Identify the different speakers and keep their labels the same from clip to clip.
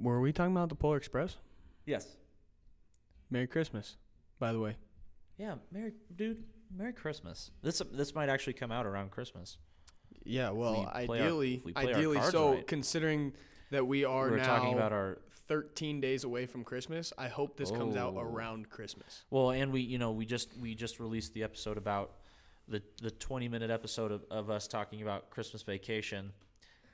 Speaker 1: Were we talking about the Polar Express?
Speaker 2: Yes.
Speaker 1: Merry Christmas, by the way.
Speaker 2: Yeah, Merry dude, Merry Christmas. This this might actually come out around Christmas.
Speaker 1: Yeah, well,
Speaker 2: we play our-
Speaker 1: ideally,
Speaker 2: if we play our
Speaker 1: ideally.
Speaker 2: cards
Speaker 1: So,
Speaker 2: right.
Speaker 1: considering that we are
Speaker 2: We're
Speaker 1: now
Speaker 2: talking about our
Speaker 1: 13 days away from Christmas, I hope this comes out
Speaker 2: Oh.
Speaker 1: around Christmas.
Speaker 2: well, and we you know we just we just released the episode about the the twenty minute episode of, of us talking about Christmas vacation,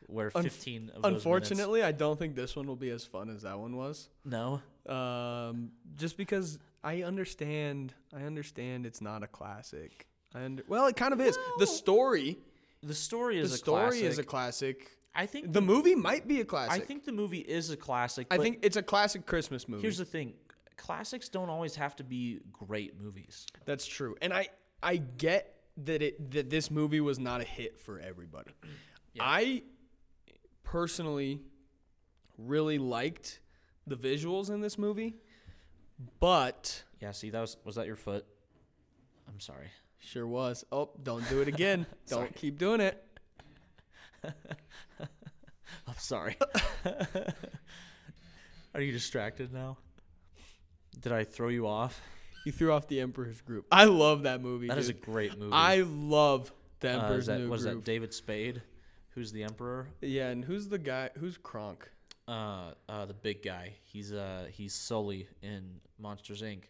Speaker 2: where
Speaker 1: Unf-
Speaker 2: fifteen of those minutes-
Speaker 1: Unfortunately, I don't think this one will be as fun as that one was.
Speaker 2: no
Speaker 1: Um, just because I understand, I understand it's not a classic. I under- well, it kind of is. The story,
Speaker 2: the story
Speaker 1: the
Speaker 2: is a
Speaker 1: story
Speaker 2: classic.
Speaker 1: is a classic.
Speaker 2: I think
Speaker 1: The movie might be a classic.
Speaker 2: I think the movie is a classic.
Speaker 1: I
Speaker 2: but
Speaker 1: think it's a classic Christmas movie.
Speaker 2: here's the thing: classics don't always have to be great movies.
Speaker 1: That's true. And I I get that it that this movie was not a hit for everybody. I personally really liked the visuals in this movie, but
Speaker 2: Yeah, see, that was was that your foot? I'm sorry.
Speaker 1: sure was. Oh, don't do it again. don't keep doing it.
Speaker 2: I'm sorry. Are you distracted now? Did I throw you off?
Speaker 1: You threw off the Emperor's Group. I love that movie.
Speaker 2: That is a
Speaker 1: dude.
Speaker 2: great movie.
Speaker 1: I love the
Speaker 2: uh,
Speaker 1: Emperor's
Speaker 2: is that,
Speaker 1: New
Speaker 2: was
Speaker 1: Groove.
Speaker 2: that David Spade, who's the emperor?
Speaker 1: yeah, and who's the guy? Who's Kronk?
Speaker 2: Uh, uh, the big guy. He's uh, he's Sully in Monsters Inc.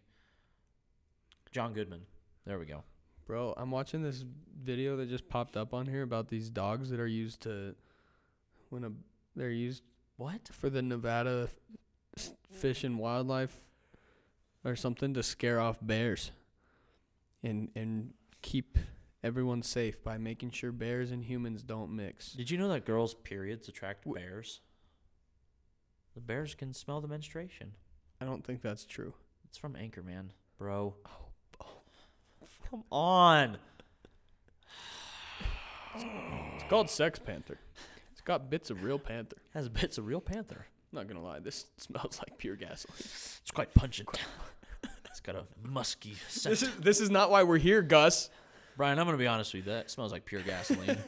Speaker 2: John Goodman. There we go.
Speaker 1: Bro, I'm watching this video that just popped up on here about these dogs that are used to when a they're used
Speaker 2: What?
Speaker 1: for the Nevada f- Fish and Wildlife or something to scare off bears and and keep everyone safe by making sure bears and humans don't mix.
Speaker 2: Did you know that girls' periods attract
Speaker 1: W-
Speaker 2: bears? The bears can smell the menstruation.
Speaker 1: I don't think that's true.
Speaker 2: It's from Anchorman, bro.
Speaker 1: Oh,
Speaker 2: Come on.
Speaker 1: It's called Sex Panther. It's got bits of real panther.
Speaker 2: Has a bit's a real panther.
Speaker 1: not going to lie, this smells like pure gasoline.
Speaker 2: It's quite pungent. it's got a musky scent.
Speaker 1: This is this is not why we're here, Gus.
Speaker 2: Brian, I'm gonna be honest with you. That smells like pure gasoline.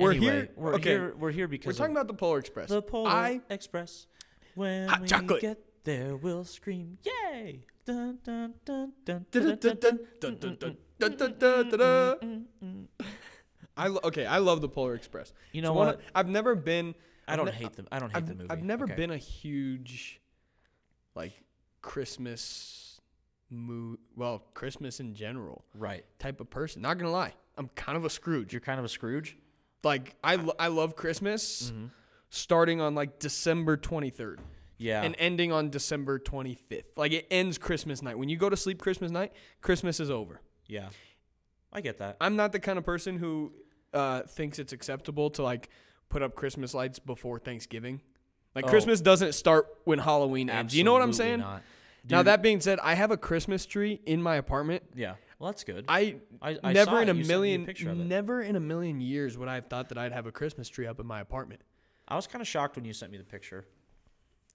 Speaker 1: We're
Speaker 2: Anyway,
Speaker 1: here-
Speaker 2: We're
Speaker 1: okay.
Speaker 2: here. We're here
Speaker 1: We're
Speaker 2: because
Speaker 1: talking
Speaker 2: of
Speaker 1: about the Polar Express.
Speaker 2: the Polar
Speaker 1: I
Speaker 2: Express. When
Speaker 1: Hot
Speaker 2: we
Speaker 1: chocolate.
Speaker 2: get there, we'll scream, "Yay!" Dun, dun, dun, dun, dun, dun, dun.
Speaker 1: I lo- okay, I love the Polar Express.
Speaker 2: You
Speaker 1: It's
Speaker 2: know
Speaker 1: one
Speaker 2: what?
Speaker 1: of- I've never been.
Speaker 2: I
Speaker 1: I've
Speaker 2: don't
Speaker 1: ne-
Speaker 2: hate them. I don't hate
Speaker 1: I've,
Speaker 2: the movie.
Speaker 1: I've never
Speaker 2: Okay.
Speaker 1: been a huge, like, Christmas moo. Well, Christmas in general
Speaker 2: right.
Speaker 1: type of person. Not gonna lie, I'm kind of a Scrooge.
Speaker 2: You're kind of a Scrooge.
Speaker 1: Like, I lo- I love Christmas,
Speaker 2: Mm-hmm.
Speaker 1: starting on like December 23rd.
Speaker 2: Yeah.
Speaker 1: and ending on December 25th. Like it ends Christmas night. When you go to sleep Christmas night, Christmas is over.
Speaker 2: yeah. I get that.
Speaker 1: I'm not the kind of person who uh, thinks it's acceptable to like put up Christmas lights before Thanksgiving. Like
Speaker 2: Oh.
Speaker 1: Christmas doesn't start when Halloween ends. You know what I'm
Speaker 2: Absolutely
Speaker 1: saying?
Speaker 2: not.
Speaker 1: Now
Speaker 2: Dude,
Speaker 1: that being said, I have a Christmas tree in my apartment.
Speaker 2: yeah. Well, that's good.
Speaker 1: I,
Speaker 2: I- I
Speaker 1: never
Speaker 2: saw
Speaker 1: in
Speaker 2: it.
Speaker 1: a
Speaker 2: You sent me a
Speaker 1: million
Speaker 2: picture of it.
Speaker 1: never in a million years would I have thought that I'd have a Christmas tree up in my apartment.
Speaker 2: I was kind of shocked when you sent me the picture.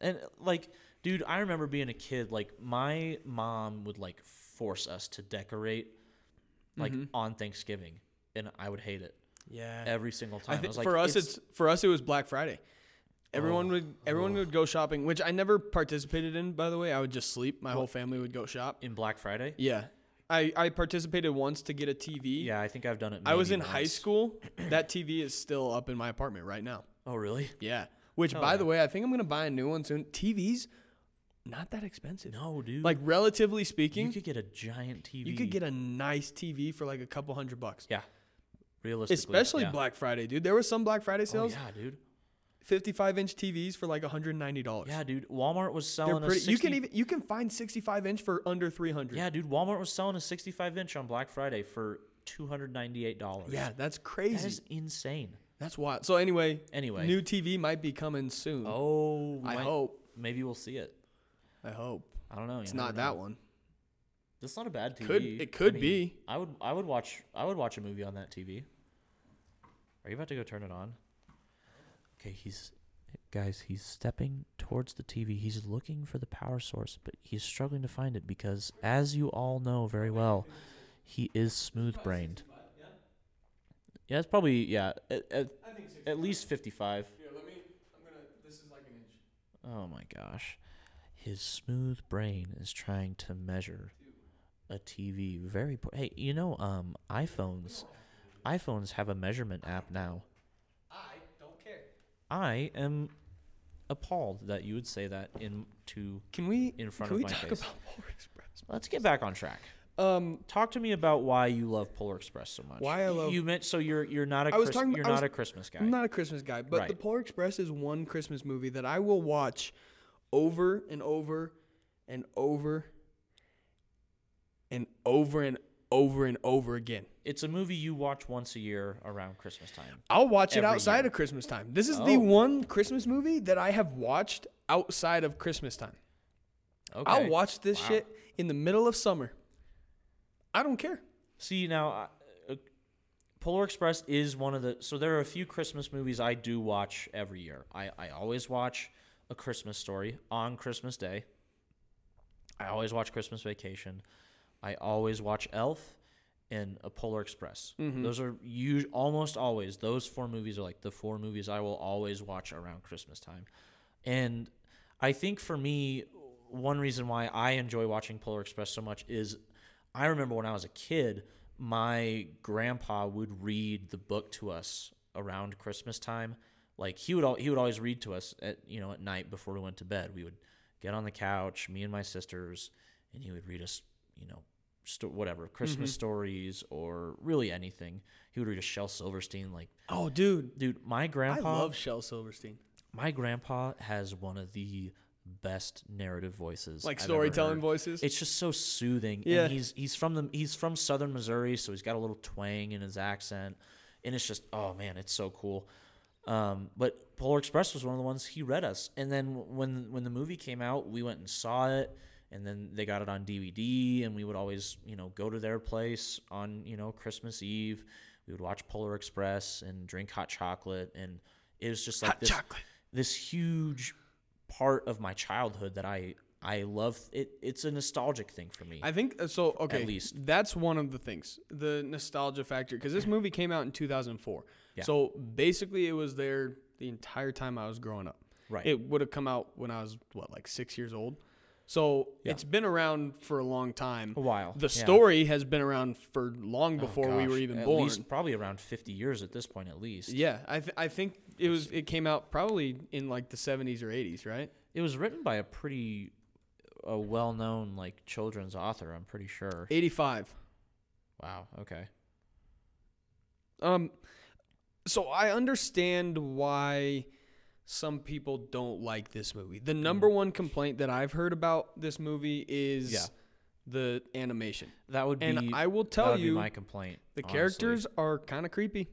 Speaker 2: And like, dude, I remember being a kid. Like, my mom would like force us to decorate, like
Speaker 1: Mm-hmm.
Speaker 2: on Thanksgiving, and I would hate it
Speaker 1: Yeah.
Speaker 2: every single
Speaker 1: I
Speaker 2: time. I,
Speaker 1: think
Speaker 2: was like, Oh.
Speaker 1: for us, it's, for us it was Black Friday. Everyone would everyone would go shopping, which I never participated in. By the way, I would just sleep. My whole family would go shop.
Speaker 2: in Black Friday.
Speaker 1: Yeah, I I participated once to get a TV.
Speaker 2: Yeah, I think I've done it.
Speaker 1: I was
Speaker 2: maybe
Speaker 1: in high
Speaker 2: once.
Speaker 1: school. That TV is still up in my apartment right now.
Speaker 2: Oh, really?
Speaker 1: Yeah, which by the way, I think I'm gonna buy a new one soon. TVs, not that expensive.
Speaker 2: No, dude.
Speaker 1: Like relatively
Speaker 2: you
Speaker 1: speaking,
Speaker 2: could get a giant TV.
Speaker 1: you could get a nice TV for like a couple hundred bucks.
Speaker 2: yeah, realistically,
Speaker 1: Especially
Speaker 2: yeah.
Speaker 1: Black Friday, dude. There was some Black Friday
Speaker 2: Oh,
Speaker 1: sales.
Speaker 2: yeah, dude.
Speaker 1: 55 inch TVs for like $190.
Speaker 2: Yeah, dude. Walmart was
Speaker 1: They're
Speaker 2: selling
Speaker 1: pretty,
Speaker 2: us.
Speaker 1: you can even you can find 65 inch for under 300.
Speaker 2: Yeah, dude. Walmart was selling a 65 inch on Black Friday for two hundred ninety eight dollars.
Speaker 1: Yeah, that's crazy.
Speaker 2: that is insane.
Speaker 1: that's wild. So anyway,
Speaker 2: Anyway.
Speaker 1: new TV might be coming soon.
Speaker 2: Oh, we
Speaker 1: I
Speaker 2: might-
Speaker 1: hope.
Speaker 2: Maybe we'll see it.
Speaker 1: I hope.
Speaker 2: I don't know. you
Speaker 1: It's
Speaker 2: never
Speaker 1: not
Speaker 2: know.
Speaker 1: that one.
Speaker 2: That's not a bad TV.
Speaker 1: Could- it could
Speaker 2: I mean,
Speaker 1: be.
Speaker 2: I would. I would watch. I would watch a movie on that TV. Are you about to go turn it on? Okay, he's guys. He's stepping towards the TV. He's looking for the power source, but he's struggling to find it because, as you all know very well, he is smooth brained. Yeah, it's probably yeah. At, at, at least fifty five.
Speaker 1: Here, let me I'm going to this is like an inch.
Speaker 2: Oh my gosh. His smooth brain is trying to measure a TV very po- Hey, you know um iPhones iPhones have a measurement app now.
Speaker 1: I don't care.
Speaker 2: I am appalled that you would say that in to
Speaker 1: Can we
Speaker 2: In front
Speaker 1: can
Speaker 2: of
Speaker 1: we
Speaker 2: my
Speaker 1: talk
Speaker 2: face.
Speaker 1: about Polar Express?
Speaker 2: Let's get back on track.
Speaker 1: Um,
Speaker 2: Talk to me about why you love Polar Express so much.
Speaker 1: Why I
Speaker 2: You-
Speaker 1: love-
Speaker 2: you meant so you're you're not a
Speaker 1: I was
Speaker 2: Chris-
Speaker 1: talking-
Speaker 2: you're
Speaker 1: I
Speaker 2: not
Speaker 1: was-
Speaker 2: a Christmas guy.
Speaker 1: I'm not a Christmas guy, but the
Speaker 2: Right.
Speaker 1: Polar Express is one Christmas movie that I will watch over and over and over and over and over and over again.
Speaker 2: it's a movie you watch once a year around Christmas time.
Speaker 1: I'll watch it
Speaker 2: Every
Speaker 1: outside
Speaker 2: year.
Speaker 1: of Christmas time. This is the
Speaker 2: Oh.
Speaker 1: one Christmas movie that I have watched outside of Christmas time.
Speaker 2: Okay.
Speaker 1: I'll watch this
Speaker 2: Wow.
Speaker 1: shit in the middle of summer. I don't care.
Speaker 2: See now, I- uh, Polar Express is one of the. So there are a few Christmas movies I do watch every year. I I always watch A Christmas Story on Christmas Day. I always watch Christmas Vacation. I always watch Elf and A Polar Express. Those are you almost always those four movies are like the four movies I will always watch around Christmas time. And I think for me one reason why I enjoy watching Polar Express so much is I remember when I was a kid my grandpa would read the book to us around Christmas time. Like he would al- he would always read to us at you know at night before we went to bed. We would get on the couch, me and my sisters, and he would read us you know sto- whatever Christmas
Speaker 1: Mm-hmm.
Speaker 2: stories or really anything. He would read a Shel Silverstein. Like
Speaker 1: Oh, dude.
Speaker 2: dude, my grandpa
Speaker 1: I love Shel Silverstein.
Speaker 2: my grandpa has one of the best narrative voices
Speaker 1: Like
Speaker 2: I've ever
Speaker 1: storytelling
Speaker 2: heard.
Speaker 1: voices.
Speaker 2: It's just so soothing.
Speaker 1: Yeah.
Speaker 2: And he's he's from the he's from southern Missouri, so he's got a little twang in his accent. And it's just oh man, it's so cool. Um, but Polar Express was one of the ones he read us. And then when when the movie came out, we went and saw it. And then they got it on DVD, and we would always, you know, go to their place on, you know, Christmas Eve. We would watch Polar Express and drink hot chocolate, and it was just like
Speaker 1: Hot
Speaker 2: this
Speaker 1: chocolate.
Speaker 2: this huge part of my childhood that I I love it. It's a nostalgic thing for me.
Speaker 1: I think uh, so. Okay,
Speaker 2: least.
Speaker 1: that's one of the things, the nostalgia factor, because this movie came out in 2004.
Speaker 2: Yeah.
Speaker 1: So basically, it was there the entire time I was growing up.
Speaker 2: Right.
Speaker 1: It would have come out when I was what, like six years old. So
Speaker 2: Yeah.
Speaker 1: it's been around for a long time.
Speaker 2: a while.
Speaker 1: The
Speaker 2: yeah.
Speaker 1: story has been around for long
Speaker 2: Oh,
Speaker 1: before we were
Speaker 2: gosh,
Speaker 1: even
Speaker 2: at
Speaker 1: born.
Speaker 2: least probably around fifty years at this point, at least.
Speaker 1: Yeah, I th- I think it was it came out probably in like the 70s or 80s, right?
Speaker 2: It was written by a pretty a well known like children's author. I'm pretty sure.
Speaker 1: 85.
Speaker 2: Wow. Okay.
Speaker 1: Um, so I understand why some people don't like this movie. The number one complaint that I've heard about this movie is
Speaker 2: Yeah.
Speaker 1: the animation,
Speaker 2: That would be.
Speaker 1: and I will
Speaker 2: that
Speaker 1: tell
Speaker 2: would be
Speaker 1: you
Speaker 2: my complaint.
Speaker 1: the
Speaker 2: honestly.
Speaker 1: characters are kind of creepy.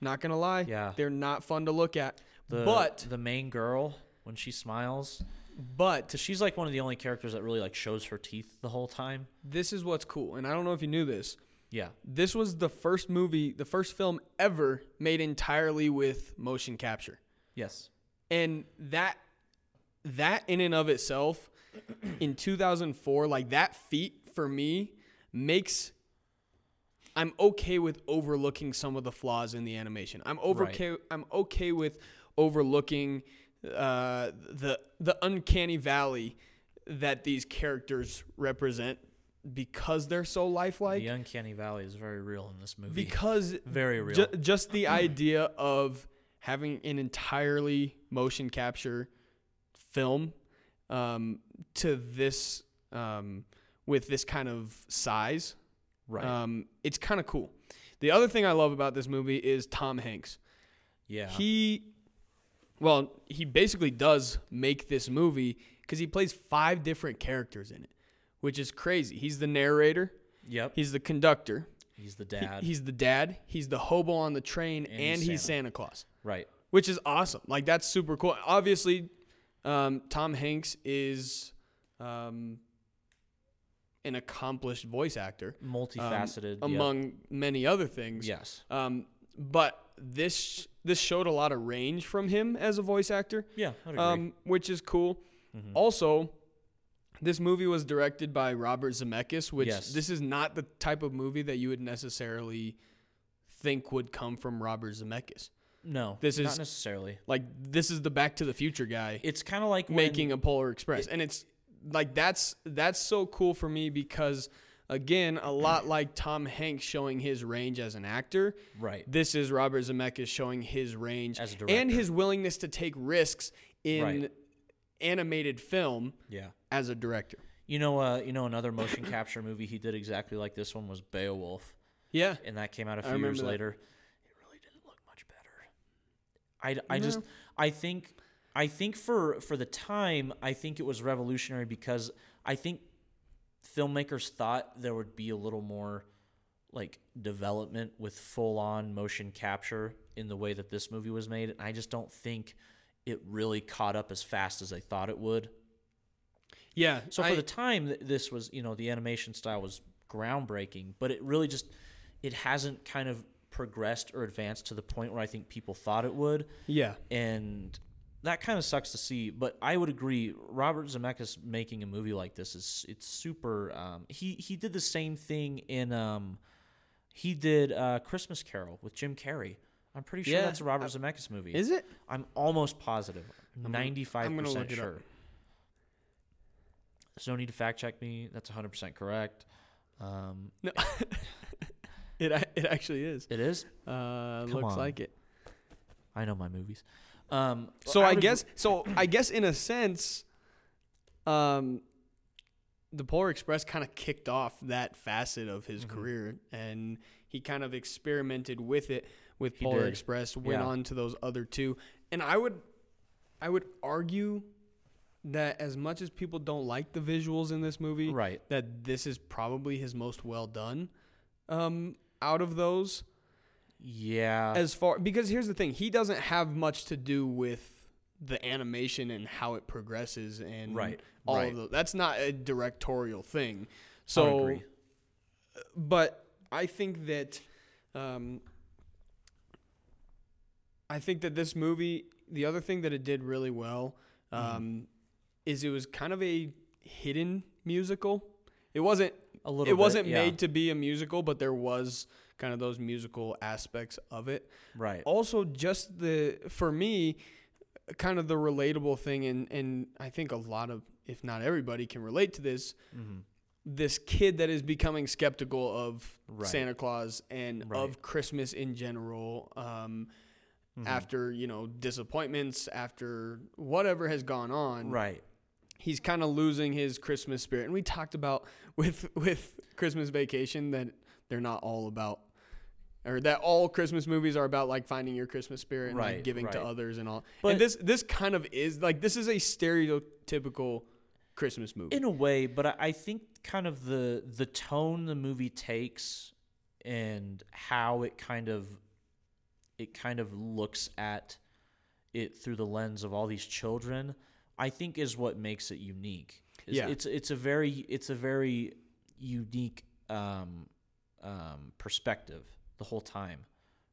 Speaker 1: Not gonna lie,
Speaker 2: Yeah.
Speaker 1: they're not fun to look at.
Speaker 2: The,
Speaker 1: but
Speaker 2: the main girl when she smiles,
Speaker 1: but
Speaker 2: because she's like one of the only characters that really like shows her teeth the whole time.
Speaker 1: this is what's cool, and I don't know if you knew this.
Speaker 2: Yeah.
Speaker 1: This was the first movie, the first film ever made entirely with motion capture.
Speaker 2: Yes.
Speaker 1: and that that in and of itself in 2004 like that feat for me makes i'm okay with overlooking some of the flaws in the animation i'm over
Speaker 2: Right.
Speaker 1: i'm okay with overlooking uh, the the uncanny valley that these characters represent because they're so lifelike
Speaker 2: the uncanny valley is very real in this movie.
Speaker 1: because
Speaker 2: very real.
Speaker 1: Ju- just the idea of having an entirely motion capture film um, to this um, with this kind of size,
Speaker 2: right.
Speaker 1: um, it's kind of cool. The other thing I love about this movie is Tom Hanks.
Speaker 2: yeah.
Speaker 1: He, well, he basically does make this movie because he plays five different characters in it, which is crazy. He's the narrator,
Speaker 2: yep.
Speaker 1: he's the conductor,
Speaker 2: He's the
Speaker 1: he-
Speaker 2: dad.
Speaker 1: he's the dad. He's the hobo on the train, and,
Speaker 2: And he's
Speaker 1: he's Santa Claus,
Speaker 2: right.
Speaker 1: which is awesome. Like that's super cool. Obviously, um, Tom Hanks is um, an accomplished voice actor, um,
Speaker 2: Multifaceted. yeah.
Speaker 1: among many other things.
Speaker 2: Yes.
Speaker 1: Um, but this this showed a lot of range from him as a voice actor,
Speaker 2: Yeah. I'd agree. Mm-hmm.
Speaker 1: um, which is cool. Also. This movie was directed by Robert Zemeckis, which
Speaker 2: Yes.
Speaker 1: this is not the type of movie that you would necessarily think would come from Robert Zemeckis.
Speaker 2: No,
Speaker 1: This
Speaker 2: not
Speaker 1: is-
Speaker 2: necessarily.
Speaker 1: Like this is the Back to the Future guy
Speaker 2: It's kind of like when-
Speaker 1: making a Polar Express, and it's like that's that's so cool for me because again, a lot like Tom Hanks showing his range as an actor.
Speaker 2: right.
Speaker 1: This is Robert Zemeckis showing his range
Speaker 2: As a
Speaker 1: and
Speaker 2: director.
Speaker 1: his willingness to take risks in
Speaker 2: Right.
Speaker 1: animated film
Speaker 2: Yeah.
Speaker 1: as a director.
Speaker 2: You know, uh, you know, another motion capture movie he did exactly like this one was Beowulf,
Speaker 1: Yeah,
Speaker 2: and that came out a
Speaker 1: I
Speaker 2: few
Speaker 1: remember
Speaker 2: years
Speaker 1: that.
Speaker 2: later. It really didn't look much better. I, I just, I think, I think for for the time, I think it was revolutionary because I think filmmakers thought there would be a little more like development with full on motion capture in the way that this movie was made, and I just don't think it really caught up as fast as they thought it would.
Speaker 1: yeah.
Speaker 2: So for
Speaker 1: I-
Speaker 2: the time, th- this was you know the animation style was groundbreaking, but it really just it hasn't kind of progressed or advanced to the point where I think people thought it would,
Speaker 1: yeah,
Speaker 2: and that kind of sucks to see. But I would agree, Robert Zemeckis making a movie like this is it's super. Um, he he did the same thing in um, he did uh, Christmas Carol with Jim Carrey. I'm pretty sure
Speaker 1: Yeah,
Speaker 2: that's a Robert Zemeckis movie.
Speaker 1: is it?
Speaker 2: I'm almost positive.
Speaker 1: gonna- I'm
Speaker 2: Ninety five
Speaker 1: gonna
Speaker 2: percent
Speaker 1: look it up.
Speaker 2: sure. There's no need to fact check me. That's hundred percent correct. Um,
Speaker 1: No, it a- it actually is.
Speaker 2: it is.
Speaker 1: Uh,
Speaker 2: Come
Speaker 1: looks
Speaker 2: on.
Speaker 1: like it.
Speaker 2: I know my movies. Um,
Speaker 1: So I,
Speaker 2: would-
Speaker 1: guess so I guess in a sense, um, the Polar Express kind of kicked off that facet of his
Speaker 2: Mm-hmm.
Speaker 1: career, and he kind of experimented with it with
Speaker 2: He
Speaker 1: Polar
Speaker 2: did.
Speaker 1: Express. Went
Speaker 2: Yeah.
Speaker 1: on to those other two, and I would, I would argue that as much as people don't like the visuals in this movie,
Speaker 2: right.
Speaker 1: that this is probably his most well done. Um, out of those,
Speaker 2: Yeah.
Speaker 1: as far because here's the thing he doesn't have much to do with the animation and how it progresses and
Speaker 2: Right,
Speaker 1: all
Speaker 2: right.
Speaker 1: of those that's not a directorial thing
Speaker 2: I would
Speaker 1: so
Speaker 2: agree.
Speaker 1: but i think that um, i think that this movie the other thing that it did really well um,
Speaker 2: Mm-hmm.
Speaker 1: is it was kind of a hidden musical it wasn't
Speaker 2: a little.
Speaker 1: it
Speaker 2: bit,
Speaker 1: wasn't
Speaker 2: yeah.
Speaker 1: made to be a musical but there was kind of those musical aspects of it
Speaker 2: right.
Speaker 1: also just the for me kind of the relatable thing and and I think a lot of if not everybody can relate to this this kid that is becoming skeptical of
Speaker 2: Right.
Speaker 1: Santa Claus and
Speaker 2: Right. Mm-hmm.
Speaker 1: of Christmas in general um after you know disappointments after whatever has gone on
Speaker 2: Right.
Speaker 1: he's kind of losing his Christmas spirit. And we talked about with with Christmas Vacation that they're not all about, or that all Christmas movies are about like finding your Christmas spirit and
Speaker 2: Right,
Speaker 1: like giving to
Speaker 2: right.
Speaker 1: others and all.
Speaker 2: But-
Speaker 1: and this this kind of is like this is a stereotypical Christmas movie.
Speaker 2: In a way, but I, I think kind of the the tone the movie takes and how it kind of it kind of looks at it through the lens of all these children, I think is what makes it unique. It's,
Speaker 1: Yeah.
Speaker 2: it's it's a very it's a very unique um, um, perspective the whole time,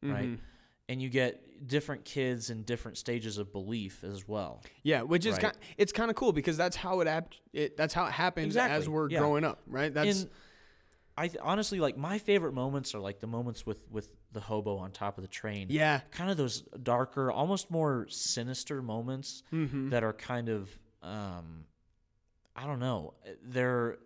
Speaker 1: Mm-hmm.
Speaker 2: right? And you get different kids in different stages of belief as well.
Speaker 1: yeah, which is
Speaker 2: Right.
Speaker 1: kind it's kind of cool because that's how it, ap- it that's how it happens as
Speaker 2: Exactly,
Speaker 1: we're
Speaker 2: yeah.
Speaker 1: growing up, right? That's
Speaker 2: and I th- honestly like my favorite moments are like the moments with with the hobo on top of the train.
Speaker 1: yeah.
Speaker 2: kind of those darker, almost more sinister moments
Speaker 1: Mm-hmm.
Speaker 2: that are kind of um, I don't know. They're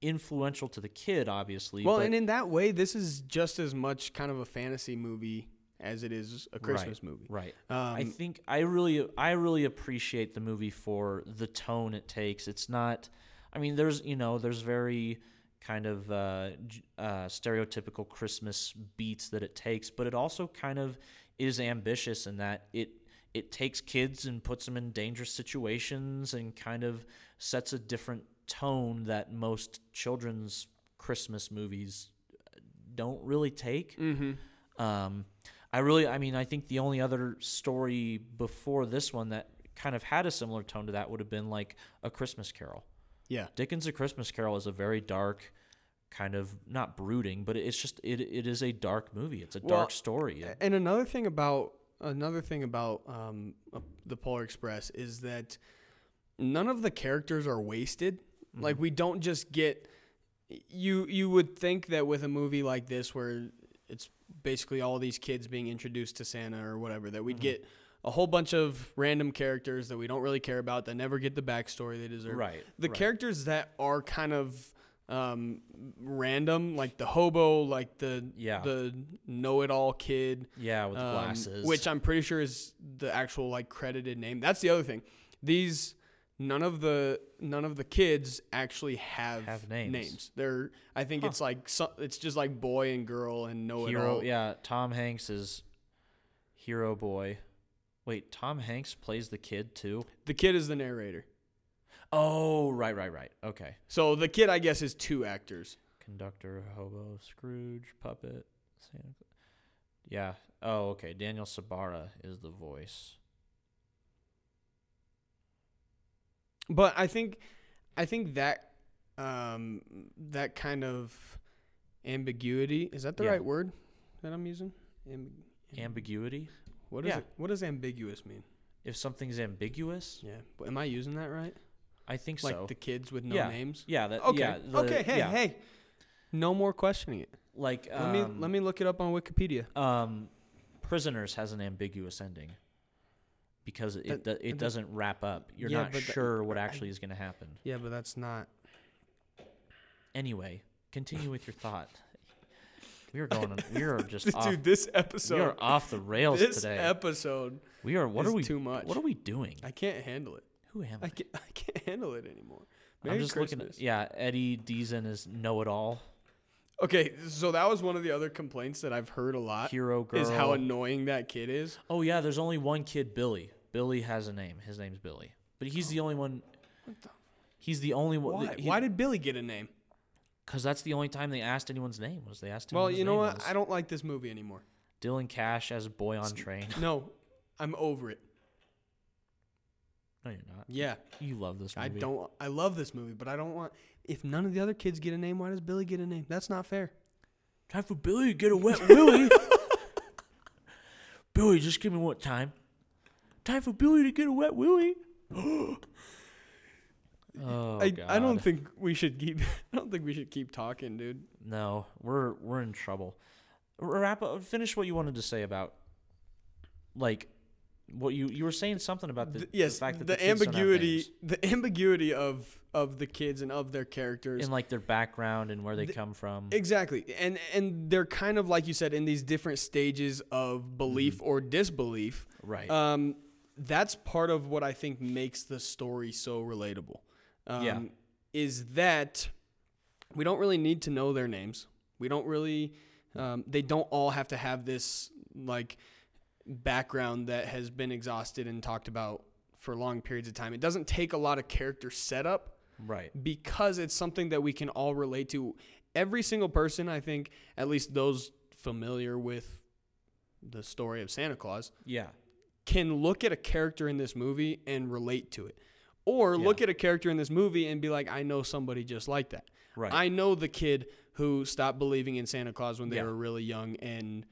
Speaker 2: influential to the kid, obviously.
Speaker 1: Well,
Speaker 2: but-
Speaker 1: and in that way, this is just as much kind of a fantasy movie as it is a Christmas movie.
Speaker 2: right.
Speaker 1: Um,
Speaker 2: I think I really I really appreciate the movie for the tone it takes. It's not I mean there's you know there's very kind of uh, j- uh, stereotypical Christmas beats that it takes, but it also kind of is ambitious in that it it takes kids and puts them in dangerous situations and kind of sets a different tone that most children's Christmas movies don't really take.
Speaker 1: Mm-hmm.
Speaker 2: Um, I really, I mean, I think the only other story before this one that kind of had a similar tone to that would have been like A Christmas Carol.
Speaker 1: Yeah.
Speaker 2: Dickens' A Christmas Carol is a very dark, kind of not brooding, but it's just it it is a dark movie. It's a
Speaker 1: Well, eh,
Speaker 2: dark story. It-
Speaker 1: And another thing about another thing about um, uh, the Polar Express is that none of the characters are wasted.
Speaker 2: Mm-hmm.
Speaker 1: Like we don't just get you. You would think that with a movie like this, where it's basically all these kids being introduced to Santa or whatever that we'd get a whole bunch of random characters that we don't really care about that never get the backstory they deserve.
Speaker 2: Right.
Speaker 1: The
Speaker 2: right.
Speaker 1: characters that are kind of um, random, like the hobo, like the
Speaker 2: Yeah.
Speaker 1: the know-it-all kid
Speaker 2: Yeah, with
Speaker 1: um,
Speaker 2: glasses.
Speaker 1: which I'm pretty sure is the actual like credited name. That's the other thing. These none of the none of the kids actually have,
Speaker 2: Have names.
Speaker 1: They're I think
Speaker 2: Huh.
Speaker 1: it's like so, it's just like boy and girl and know it
Speaker 2: hero.
Speaker 1: all.
Speaker 2: Yeah, Tom Hanks is hero boy. Wait, Tom Hanks plays the kid too.
Speaker 1: The kid is the narrator.
Speaker 2: Oh, right, right, right. Okay.
Speaker 1: So the kid I guess is two actors.
Speaker 2: Conductor, hobo, Scrooge, puppet, Santa. Cla- Yeah. Oh, okay. Daniel Sabara is the voice.
Speaker 1: But I think I think that um that kind of ambiguity is that the
Speaker 2: Yeah.
Speaker 1: right word that I'm using? Ambi-
Speaker 2: Ambiguity.
Speaker 1: what is
Speaker 2: yeah.
Speaker 1: it? What does ambiguous mean?
Speaker 2: If something's ambiguous,
Speaker 1: Yeah. But am I using that right?
Speaker 2: I think
Speaker 1: like
Speaker 2: so.
Speaker 1: the kids with no
Speaker 2: Yeah.
Speaker 1: names.
Speaker 2: yeah. That.
Speaker 1: Okay.
Speaker 2: Yeah, the-
Speaker 1: okay. Hey.
Speaker 2: yeah.
Speaker 1: Hey. No more questioning it.
Speaker 2: Like.
Speaker 1: Let me let me look it up on Wikipedia.
Speaker 2: um, Prisoners has an ambiguous ending because it
Speaker 1: But-
Speaker 2: do- it
Speaker 1: but-
Speaker 2: doesn't wrap up. You're
Speaker 1: Yeah,
Speaker 2: not
Speaker 1: but the-
Speaker 2: sure what
Speaker 1: I-
Speaker 2: actually is going to happen.
Speaker 1: Yeah, but that's not.
Speaker 2: Anyway, continue with your thought. We are going. On, we are just off.
Speaker 1: Dude, this
Speaker 2: we are
Speaker 1: episode.
Speaker 2: off the rails
Speaker 1: This
Speaker 2: today.
Speaker 1: episode.
Speaker 2: we are. What
Speaker 1: is
Speaker 2: are we?
Speaker 1: too much.
Speaker 2: What are we doing?
Speaker 1: I can't handle it.
Speaker 2: Who am I?
Speaker 1: I can't, I can't handle it anymore. Merry
Speaker 2: I'm just looking.
Speaker 1: Christmas.
Speaker 2: At, yeah, Eddie Deason is know-it-all
Speaker 1: Okay, so that was one of the other complaints that I've heard a lot.
Speaker 2: hero girl.
Speaker 1: Is how annoying that kid is.
Speaker 2: oh yeah, there's only one kid, Billy. Billy has a name. His name's Billy, but he's
Speaker 1: Oh.
Speaker 2: the only one. He's the only one.
Speaker 1: Why? Why did Billy get a name?
Speaker 2: Because that's the only time they asked anyone's name. Was they asked? him
Speaker 1: Well,
Speaker 2: what his
Speaker 1: you know
Speaker 2: name
Speaker 1: what?
Speaker 2: was.
Speaker 1: I don't like this movie anymore.
Speaker 2: Dylan Cash as Boy on Train.
Speaker 1: No, I'm over it.
Speaker 2: No, you're not.
Speaker 1: Yeah,
Speaker 2: You love this movie.
Speaker 1: I don't. I love this movie, but I don't want. If none of the other kids get a name, why does Billy get a name? That's not fair.
Speaker 2: Time for Billy to get a wet willy. Billy, just give me what time. Time for Billy to get a wet willy. oh
Speaker 1: I,
Speaker 2: God.
Speaker 1: I don't think we should keep. I don't think we should keep talking, dude.
Speaker 2: No, we're we're in trouble. Wrap up. Finish what you wanted to say about, like, what you you were saying something about the,
Speaker 1: Th- yes,
Speaker 2: the fact that
Speaker 1: the,
Speaker 2: kids don't have
Speaker 1: ambiguity,
Speaker 2: names
Speaker 1: the ambiguity of of the kids and of their characters.
Speaker 2: and like their background and where they come from.
Speaker 1: exactly, and and they're kind of like you said in these different stages of belief or disbelief.
Speaker 2: Mm-hmm. right.
Speaker 1: Um, that's part of what I think makes the story so relatable. Um,
Speaker 2: Yeah.
Speaker 1: Is that we don't really need to know their names. We don't really, um, they don't all have to have this like background that has been exhausted and talked about for long periods of time. It doesn't take a lot of character setup
Speaker 2: right.
Speaker 1: because it's something that we can all relate to. Every single person, I think, at least those familiar with the story of Santa Claus,
Speaker 2: Yeah.
Speaker 1: can look at a character in this movie and relate to it. Or
Speaker 2: Yeah.
Speaker 1: look at a character in this movie and be like, I know somebody just like that.
Speaker 2: Right.
Speaker 1: I know the kid who stopped believing in Santa Claus when they
Speaker 2: Yeah.
Speaker 1: were really young and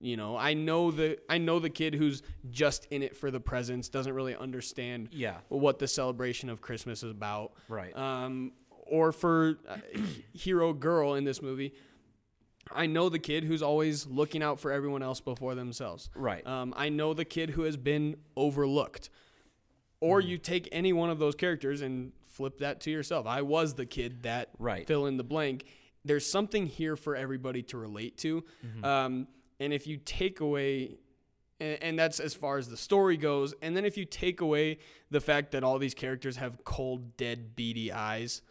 Speaker 1: you know, I know the I know the kid who's just in it for the presents, doesn't really understand
Speaker 2: yeah.
Speaker 1: what the celebration of Christmas is about.
Speaker 2: Right.
Speaker 1: Um, or for uh, hero girl in this movie, I know the kid who's always looking out for everyone else before themselves.
Speaker 2: Right.
Speaker 1: Um, I know the kid who has been overlooked. Or you take any one of those characters and flip that to yourself. I was the kid that
Speaker 2: Right.
Speaker 1: fill in the blank. There's something here for everybody to relate to.
Speaker 2: Mm-hmm.
Speaker 1: Um, and if you take away, and, and that's as far as the story goes, and then if you take away the fact that all these characters have cold, dead, beady eyes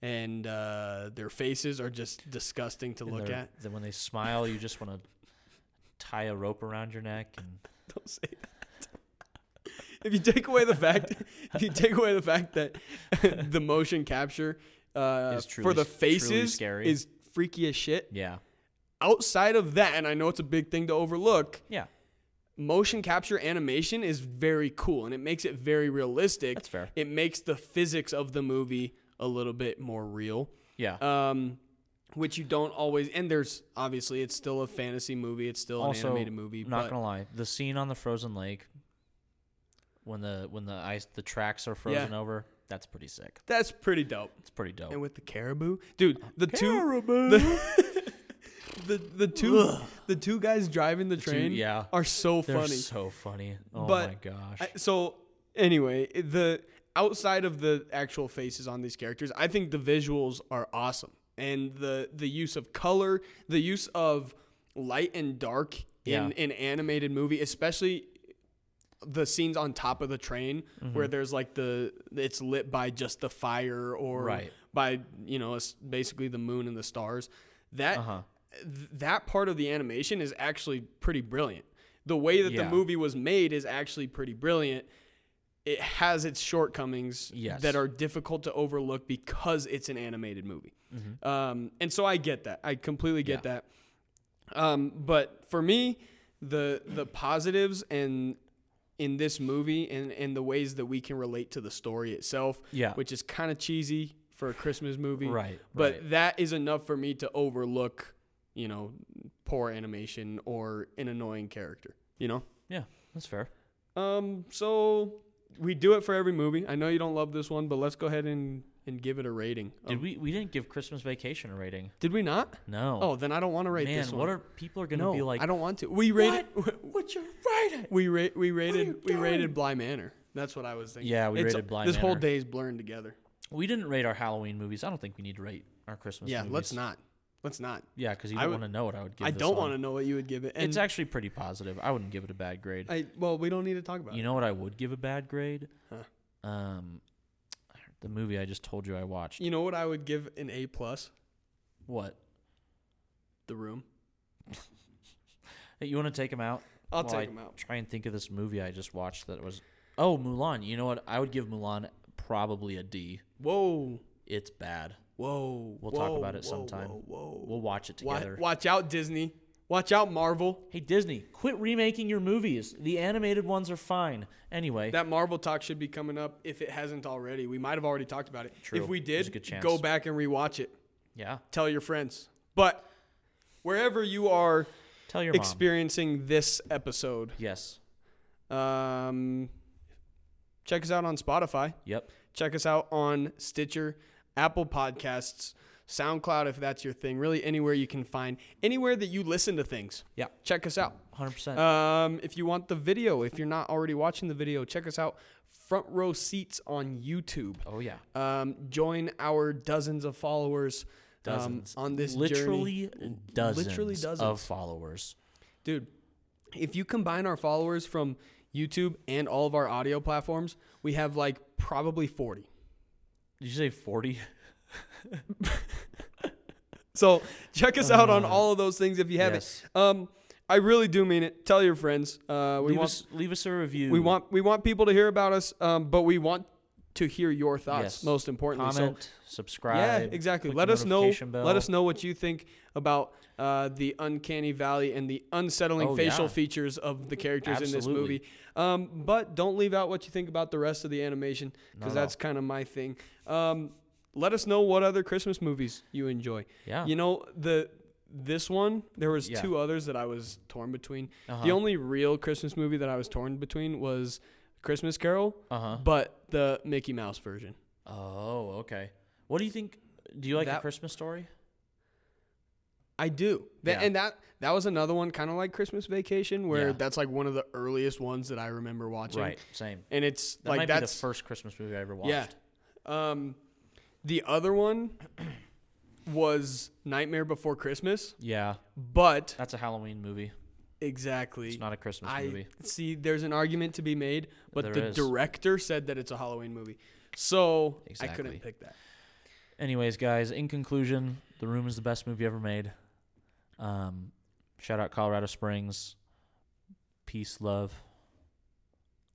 Speaker 1: and uh, their faces are just disgusting to
Speaker 2: And
Speaker 1: look
Speaker 2: they're-
Speaker 1: at.
Speaker 2: Then when they smile, you just want to tie a rope around your neck. And
Speaker 1: Don't say that. if you take away the fact, if you take away the fact that the motion capture uh,
Speaker 2: Is
Speaker 1: for
Speaker 2: truly-
Speaker 1: the
Speaker 2: truly
Speaker 1: faces
Speaker 2: scary.
Speaker 1: is freaky as shit.
Speaker 2: yeah,
Speaker 1: Outside of that, and I know it's a big thing to overlook,
Speaker 2: yeah,
Speaker 1: motion capture animation is very cool and it makes it very realistic.
Speaker 2: That's fair.
Speaker 1: It makes the physics of the movie a little bit more real.
Speaker 2: yeah.
Speaker 1: Um, which you don't always, and there's obviously it's still a fantasy movie, it's still
Speaker 2: also,
Speaker 1: an animated movie.
Speaker 2: not
Speaker 1: but
Speaker 2: gonna lie, the scene on the frozen lake when the when the ice the tracks are frozen over, that's pretty sick.
Speaker 1: that's pretty dope.
Speaker 2: It's pretty dope.
Speaker 1: And with the caribou, dude, the two
Speaker 2: Caribou.
Speaker 1: the, the the two the two guys driving the
Speaker 2: The two-
Speaker 1: train
Speaker 2: yeah.
Speaker 1: are so
Speaker 2: They're
Speaker 1: funny.
Speaker 2: so funny. Oh
Speaker 1: But
Speaker 2: my gosh.
Speaker 1: I, so anyway, it- the outside of the actual faces on these characters, I think the visuals are awesome, and the the use of color, the use of light and dark
Speaker 2: Yeah.
Speaker 1: in an animated movie, especially the scenes on top of the train
Speaker 2: Mm-hmm.
Speaker 1: where there's like the it's lit by just the fire or
Speaker 2: Right.
Speaker 1: by you know it's basically the moon and the stars that
Speaker 2: Uh-huh.
Speaker 1: th- that part of the animation is actually pretty brilliant the way that
Speaker 2: Yeah.
Speaker 1: the movie was made is actually pretty brilliant it has its shortcomings
Speaker 2: Yes.
Speaker 1: that are difficult to overlook because it's an animated movie
Speaker 2: Mm-hmm.
Speaker 1: um, and so i get that i completely get that um, but for me, the the positives and in this movie and, and the ways that we can relate to the story itself,
Speaker 2: Yeah.
Speaker 1: which is kind of cheesy for a Christmas movie,
Speaker 2: Right,
Speaker 1: But
Speaker 2: right.
Speaker 1: that is enough for me to overlook, you know, poor animation or an annoying character, you know.
Speaker 2: yeah, that's fair.
Speaker 1: Um, so we do it for every movie. I know you don't love this one, but let's go ahead and, and give it a rating.
Speaker 2: Did
Speaker 1: Um,
Speaker 2: we we didn't give Christmas Vacation a rating?
Speaker 1: Did we not?
Speaker 2: No.
Speaker 1: Oh, then I don't want to rate
Speaker 2: man,
Speaker 1: this one.
Speaker 2: what are people are gonna
Speaker 1: no,
Speaker 2: be like?
Speaker 1: I don't want to. We rated.
Speaker 2: Would you rate it?
Speaker 1: We ra- we
Speaker 2: you
Speaker 1: rated we
Speaker 2: doing?
Speaker 1: rated Bly Manor. That's what I was thinking.
Speaker 2: Yeah, we
Speaker 1: It's-
Speaker 2: rated Bly
Speaker 1: This whole
Speaker 2: Manor.
Speaker 1: day's blurring together.
Speaker 2: We didn't rate our Halloween movies. I don't think we need to rate our Christmas.
Speaker 1: yeah,
Speaker 2: movies.
Speaker 1: let's not. Let's not.
Speaker 2: Yeah, because you
Speaker 1: I
Speaker 2: don't
Speaker 1: would-
Speaker 2: want to know what I would give.
Speaker 1: I
Speaker 2: this
Speaker 1: don't
Speaker 2: one.
Speaker 1: want to know what you would give it. And
Speaker 2: It's actually pretty positive. I wouldn't give it a bad grade.
Speaker 1: I well, we don't need to talk about
Speaker 2: You
Speaker 1: it.
Speaker 2: know what I would give a bad grade?
Speaker 1: Huh.
Speaker 2: Um, the movie I just told you I watched.
Speaker 1: You know what I would give an A plus?
Speaker 2: What?
Speaker 1: The Room.
Speaker 2: Hey, you want to take them out?
Speaker 1: I'll
Speaker 2: While
Speaker 1: take
Speaker 2: I
Speaker 1: them out.
Speaker 2: Try and think of this movie I just watched that was. Oh, Mulan. You know what? I would give Mulan probably a D.
Speaker 1: Whoa,
Speaker 2: It's bad.
Speaker 1: whoa.
Speaker 2: We'll talk
Speaker 1: whoa,
Speaker 2: about it
Speaker 1: whoa,
Speaker 2: sometime.
Speaker 1: Whoa, whoa.
Speaker 2: We'll watch it
Speaker 1: Wa-
Speaker 2: together.
Speaker 1: watch out, Disney. Watch out, Marvel.
Speaker 2: Hey Disney, quit remaking your movies. The animated ones are fine. Anyway,
Speaker 1: That Marvel talk should be coming up if it hasn't already. We might have already talked about it.
Speaker 2: True.
Speaker 1: If we
Speaker 2: There's a
Speaker 1: did,
Speaker 2: good chance.
Speaker 1: go back and rewatch it.
Speaker 2: yeah.
Speaker 1: Tell your friends. But wherever you are
Speaker 2: Tell your mom.
Speaker 1: experiencing this episode.
Speaker 2: Yes.
Speaker 1: Um, check us out on Spotify.
Speaker 2: Yep.
Speaker 1: Check us out on Stitcher, Apple Podcasts, SoundCloud, if that's your thing. Really, anywhere you can find, anywhere that you listen to things.
Speaker 2: Yeah. Uh,
Speaker 1: Check us out.
Speaker 2: Hundred percent.
Speaker 1: Um, if you want the video, if you're not already watching the video, check us out. Front row seats on YouTube.
Speaker 2: Oh yeah.
Speaker 1: Um, join our dozens of followers. um,
Speaker 2: Dozens.
Speaker 1: on this journey.
Speaker 2: literally dozens,
Speaker 1: Literally dozens.
Speaker 2: of followers.
Speaker 1: Dude, if you combine our followers from YouTube and all of our audio platforms, we have like probably 40.
Speaker 2: Did you say forty?
Speaker 1: So check us out
Speaker 2: Uh.
Speaker 1: on all of those things if you haven't.
Speaker 2: yes.
Speaker 1: Um, I really do mean it. Tell your friends. Uh, we
Speaker 2: leave
Speaker 1: want
Speaker 2: us leave us a review.
Speaker 1: we want we want people to hear about us, um, but we want to hear your thoughts
Speaker 2: Yes.
Speaker 1: most importantly.
Speaker 2: comment,
Speaker 1: So yeah,
Speaker 2: subscribe.
Speaker 1: exactly.
Speaker 2: click
Speaker 1: Let
Speaker 2: the
Speaker 1: us know.
Speaker 2: notification bell.
Speaker 1: Let us know what you think about uh, the uncanny valley and the unsettling
Speaker 2: Oh,
Speaker 1: facial
Speaker 2: yeah.
Speaker 1: features of the characters in this
Speaker 2: Absolutely.
Speaker 1: movie. Um, but don't leave out what you think about the rest of the animation
Speaker 2: Not
Speaker 1: because
Speaker 2: at
Speaker 1: that's kind of my thing. Um, let us know what other Christmas movies you enjoy.
Speaker 2: Yeah.
Speaker 1: You know the this one there was
Speaker 2: Oh. Yeah.
Speaker 1: two others that I was torn between.
Speaker 2: Uh-huh.
Speaker 1: The only real Christmas movie that I was torn between was Christmas Carol,
Speaker 2: Uh-huh.
Speaker 1: but the Mickey Mouse version.
Speaker 2: Oh, okay. What do you think? Do you like a
Speaker 1: That-
Speaker 2: Christmas story?
Speaker 1: I do. Tha-
Speaker 2: Yeah.
Speaker 1: And that that was another one kind of like Christmas Vacation where
Speaker 2: Yeah.
Speaker 1: that's like one of the earliest ones that I remember watching.
Speaker 2: Right. Same.
Speaker 1: And it's
Speaker 2: That
Speaker 1: like
Speaker 2: might be the
Speaker 1: that's
Speaker 2: first Christmas movie I ever watched.
Speaker 1: yeah. Um the other one was Nightmare Before Christmas,
Speaker 2: Yeah.
Speaker 1: but
Speaker 2: That's a Halloween movie.
Speaker 1: exactly
Speaker 2: It's not a Christmas
Speaker 1: I
Speaker 2: movie.
Speaker 1: see there's an argument to be made, but
Speaker 2: There
Speaker 1: the
Speaker 2: is.
Speaker 1: director said that it's a Halloween movie. So I
Speaker 2: Exactly.
Speaker 1: couldn't pick that.
Speaker 2: Anyways, guys, in conclusion, The Room is the best movie ever made. Um, shout out Colorado Springs. Peace, love,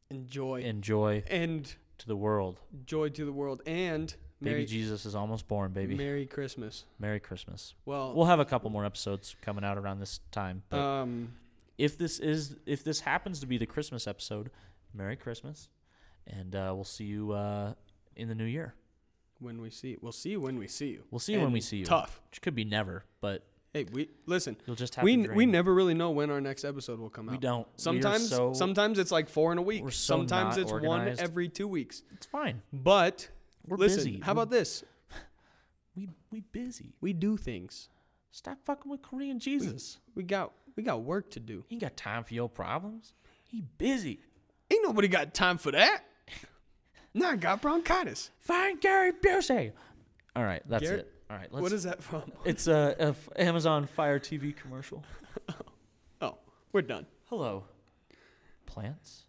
Speaker 1: Enjoy.
Speaker 2: and joy
Speaker 1: and
Speaker 2: to the world.
Speaker 1: joy to the world and
Speaker 2: Baby
Speaker 1: Merry,
Speaker 2: Jesus is almost born, baby.
Speaker 1: Merry Christmas.
Speaker 2: Merry Christmas.
Speaker 1: Well,
Speaker 2: We'll have a couple more episodes coming out around this time. But
Speaker 1: um,
Speaker 2: if this is if this happens to be the Christmas episode, Merry Christmas, and uh, we'll see you uh, in the new year.
Speaker 1: when we see, we'll see you when we see you.
Speaker 2: We'll see you when we
Speaker 1: And
Speaker 2: see you.
Speaker 1: Tough.
Speaker 2: Which could be never, but
Speaker 1: Hey, we listen.
Speaker 2: you'll just have
Speaker 1: we
Speaker 2: to.
Speaker 1: we
Speaker 2: dream.
Speaker 1: never really know when our next episode will come out.
Speaker 2: we don't. We are
Speaker 1: Sometimes
Speaker 2: so-
Speaker 1: sometimes it's like four in a week.
Speaker 2: we're so
Speaker 1: sometimes
Speaker 2: not
Speaker 1: it's
Speaker 2: organized.
Speaker 1: one every two weeks.
Speaker 2: it's fine.
Speaker 1: But
Speaker 2: We're
Speaker 1: listen,
Speaker 2: busy.
Speaker 1: how about this?
Speaker 2: we we busy?
Speaker 1: We do things.
Speaker 2: Stop fucking with Korean Jesus.
Speaker 1: We got we got work to do.
Speaker 2: He ain't got time for your problems. He busy.
Speaker 1: Ain't nobody got time for that. nah, I got bronchitis.
Speaker 2: Find Gary Busey. All right, that's
Speaker 1: Gary-
Speaker 2: it. All right, let's.
Speaker 1: what is that from?
Speaker 2: It's a, a f- Amazon Fire TV commercial.
Speaker 1: Oh, we're done.
Speaker 2: Hello, plants.